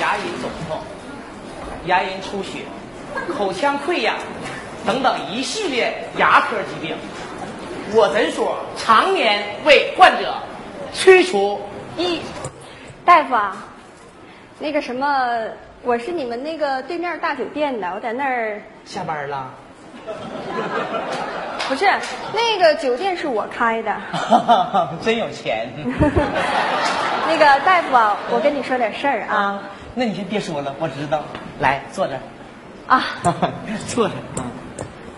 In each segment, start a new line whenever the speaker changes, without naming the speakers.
牙龈肿痛、牙龈出血、口腔溃疡等等一系列牙科疾病。我诊所常年为患者驱除一
大夫啊，那个什么，我是你们那个对面大酒店的，我在那儿
下班了，
不是那个酒店是我开的。
真有 钱
那个大夫啊，我跟你说点事儿啊
啊！那你先别说了，我知道。来，坐这 儿，
啊，
坐这儿啊！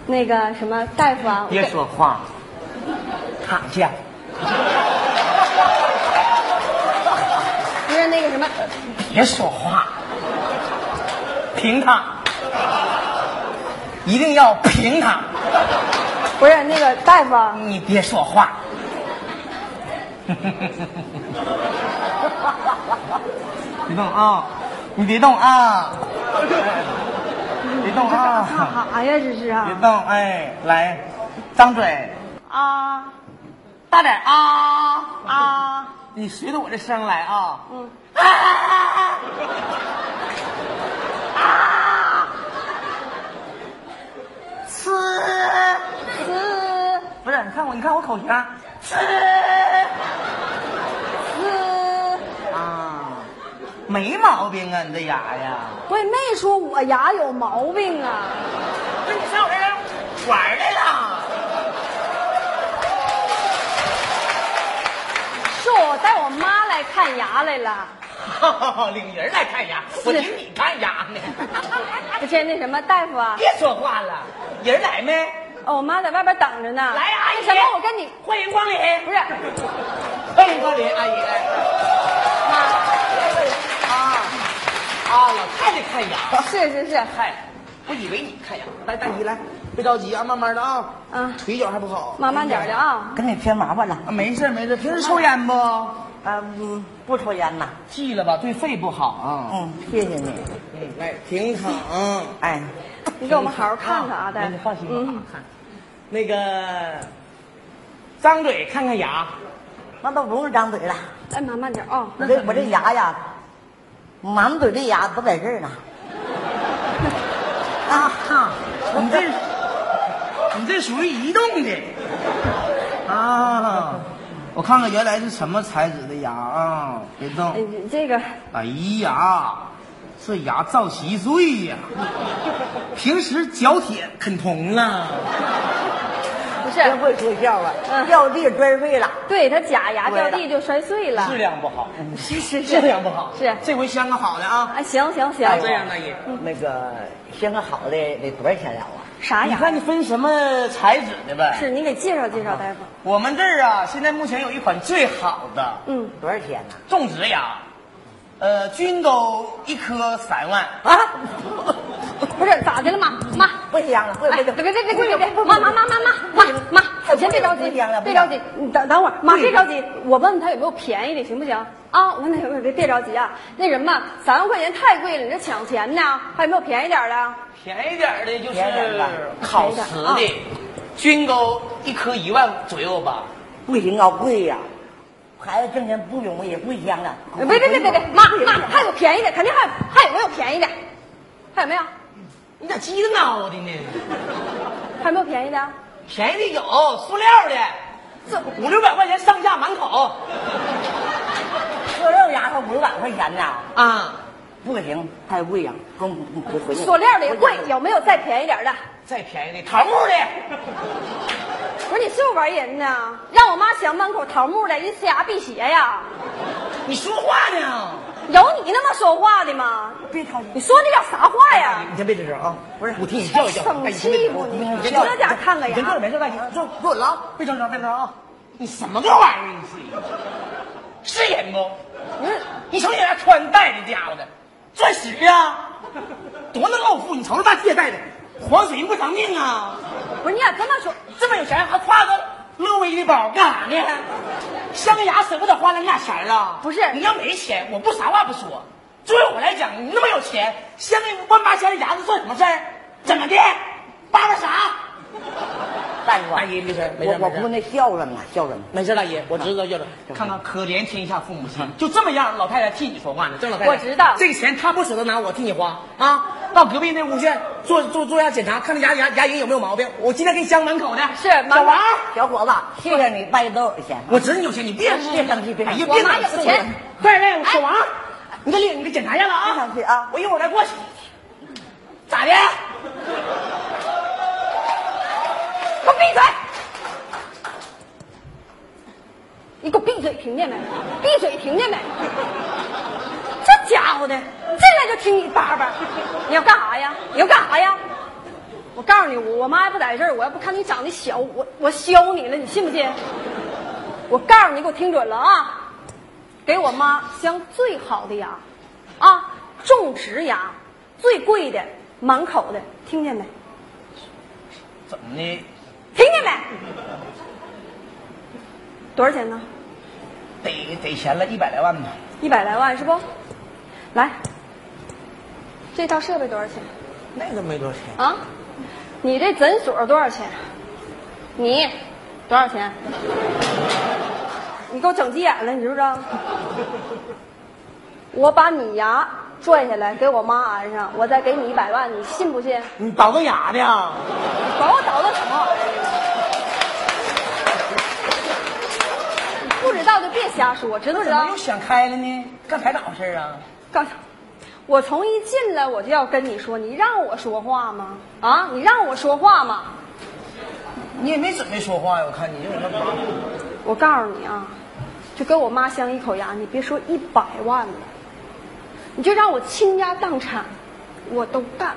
那个什么大夫啊，我
别
跟
说话，躺下。
不是那个什么，
别说话，平躺，一定要平躺。
不是那个大夫啊，
你别说话， 别动啊！你别动啊！ 别动啊！
干啥呀这是
别
啊？
动，哎，来，张嘴，
啊
大点啊啊！你随着我这声来啊！
嗯，
啊啊啊！啊！呲！
呲
不是，你看我，你看我口啊腔。呲！
呲，
啊，没毛病啊，你这牙呀。
我也没说我牙有毛病啊。
那你上我这来玩来了？
是我带我妈来看牙来了。
领人来看牙，我领你看牙呢。
不是那什么大夫啊，
别说话了，人来没？
哦我妈在外边等着呢。
来，阿姨。
那什么，我跟你
欢迎光临，
不是
欢迎光临，阿姨。
妈，
啊，老太太看牙。
是是是，
嗨，我以为你看牙。来，大姨来，别着急啊，慢慢的啊。
嗯
腿脚还不好，
妈慢点儿的啊。
跟你偏麻烦了。
啊没事没事，平时抽烟不？
啊，嗯，不抽烟呐。
记了吧，对肺不好啊。
嗯，谢谢你。
嗯，来平 躺。
哎，
你给我们好好看看啊，大
那
夫
你。放心吧，
嗯
看那个张嘴看看牙，
那都不用张嘴了。
哎，妈慢点啊、
我这我这牙呀，满嘴的牙都在这 儿呢。啊哈，
你这你这属于移动的啊。我看看原来是什么材质的牙啊，别
哎
动。，
这个
哎呀，这牙造稀碎呀！平时脚铁啃铜啊了，
不是，
真会说笑啊
嗯！
掉地摔碎了。
对他假牙掉地就摔碎了。
量不好，
是是
质
是
量不好。
是
这回镶个好的啊。
啊，行行行，
这样大爷。
那个镶个好的得多少钱了啊？
啥
你
牙？
看你分什么材质的呗？
是你给介绍介绍大夫。
我们这儿啊，现在目前有一款最好的
嗯，
多少钱呢？
种植牙，呃，均都一颗三万。
啊，
不是咋的了妈妈。
不香了，啊不
哎，别
不不，
别别别别！妈妈妈妈妈妈妈，你先别着急，别着急，你等等会儿，妈别着急，我问问他有没有便宜的，行不行？啊，我那别别别着急啊，那什么，三万块钱太贵了，你这抢钱呢？还有没有便宜点的？
便宜点儿的就
便宜点儿
是
吧
烤瓷
便宜
的
点，
均都一颗一万左右吧。
不行啊，贵呀。孩子挣钱不容易，不香啊了。
哎
别别别别别，妈妈，还有便宜的，肯定还有还有没有便宜的？还有没有？
你咋鸡的挠的呢？
还有没有便宜的？
便宜的有，塑料的，
这
五六百块钱上下满口
塑料牙还五六百块钱呢，
啊。
不行，太贵呀。跟我回去。
塑料的也贵，有没有再便宜点的？
再便宜的桃木的，
不是你是不是玩人呢？让我妈想满口桃木的，一呲牙辟邪呀？
你说话呢？
有你那么说话的吗？
别掏钱
你。说那叫啥话呀？
你先别吱声啊！不是，我替你叫一叫。
生
哎
气不哦你？你这家看看
你先坐着
呀！
没事，大姐，坐给我了，别吵吵，别吵吵啊！你什么个玩意儿？你是是人不？
不是，
你瞅你那穿戴的家伙的，钻石啊，多能傲富！你瞅瞅大姐戴的，黄水不偿命啊！
不是你咋这么说？
这么有钱还挎个乐威的包干啥呢？镶个牙舍不得花两俩钱儿啊？
不是
你要没钱，我不啥话不说。作为我来讲，你那么有钱，镶个万八千的牙子算什么事儿？怎么的？叭叭啥？
大夫啊，
大姨没事没事
我我
没事
姑那孝顺啊，孝顺。
没事，大姨，我知道就是啊看看可怜天下父母心，就这么样，老太太替你说话呢，郑老太太，
我知道
这个钱她不舍得拿，我替你花啊。到隔壁那屋去做做做一下检查，看看牙牙牙龈有没有毛病。我今天给你镶满口呢。
是
小
满口
王，
啊小伙子，谢谢你带多少钱？
我知道你有钱，你别
别生气别
哎
生气
呀，
我
别
妈
生气
有钱。
快点，小王，你给领你给检查一下子啊。
别生气啊
我一会儿再过去。咋的？
给我闭嘴！你给我闭嘴，听见没？闭嘴，听见没？这家伙的，进来就听你叭叭，你要干啥呀？你要干啥呀？我告诉你，我我妈要不在这儿，我要不看你长得小，我我削你了，你信不信？我告诉你，给我听准了啊！给我妈镶最好的牙，啊，种植牙，最贵的，满口的，听见没？
怎么的？
听见没？多少钱呢？
得得钱了，一百来万吧。
一百来万是不？来，这套设备多少钱
那个没多少钱。
啊？你这诊所多少钱？你多少钱？你给我整急眼了，你知不知道？我把你牙拽下来给我妈安上，我再给你一百万，你信不信？
你倒个牙的啊？
管我倒腾什么玩意儿？你不知道就别瞎说，知
怎
不知道
么又？想开了呢？刚才咋回事啊？
告诉你我从一进来我就要跟你说，你让我说话吗？啊，你让我说话吗？
你也没准备说话呀？我看你就搁那叭叭。
我告诉你啊，就跟我妈镶一口牙，你别说一百万了，你就让我倾家荡产，我都干。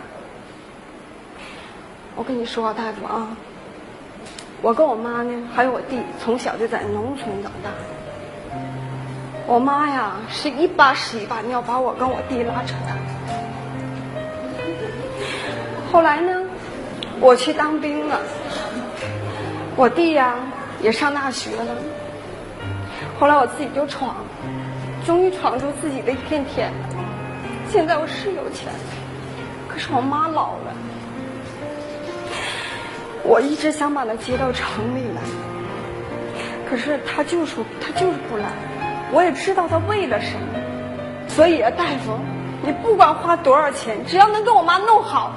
我跟你说啊，大夫啊，我跟我妈呢，还有我弟，从小就在农村长大。我妈呀，是一把屎一把尿把我跟我弟拉扯大。后来呢，我去当兵了。我弟呀、也上大学了，后来我自己就闯，终于闯出自己的一片天。现在我是有钱，可是我妈老了，我一直想把她接到城里来，可是她就是她就是不来，我也知道她为了什么，所以啊，大夫，你不管花多少钱，只要能给我妈弄好，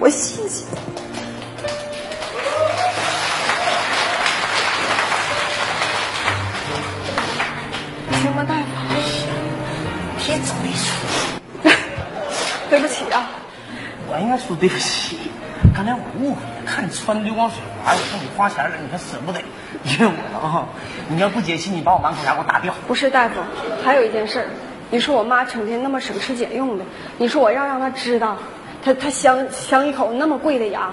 我谢谢你。行吧，大夫，
别总没说，
对不起啊。
我应该说对不起。刚才我误会了，看你穿溜光水滑，我看你花钱了，你还舍不得约我了啊？你要不解气，你把我满口牙给我打掉。
不是大夫，还有一件事儿，你说我妈成天那么省吃俭用的，你说我要让她知道，她她镶镶一口那么贵的牙，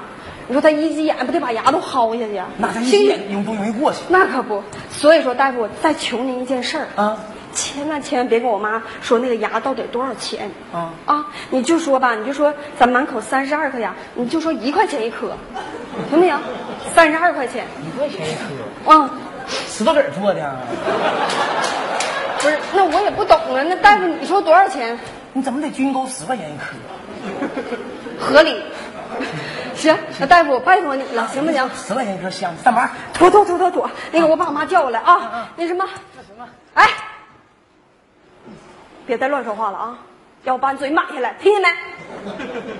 你说她一急眼不得把牙都薅下去啊？
那咱一
心
起
里
也容不容易过去？
那可不，所以说大夫，我再求您一件事儿
啊，
千万千万别跟我妈说那个牙到底多少钱
啊
啊！你就说吧，你就说咱满口三十二颗牙，你就说一块钱一颗，行不行？三十二块钱，
一块钱一颗，
嗯。
石头子儿做的啊，
不是，那我也不懂啊。那大夫，你说多少钱？
你怎么得均沟十块钱一颗？
合 理。行，那大夫，我拜托你了，行不行？
十块钱一颗香，干嘛？
妥妥妥妥妥，那个我把我妈叫过来啊，那什么，那什么，哎，别再乱说话了啊，要我把你嘴买下来，听见没？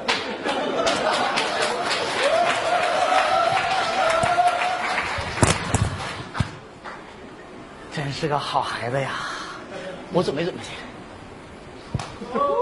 真是个好孩子呀！我准备准备去。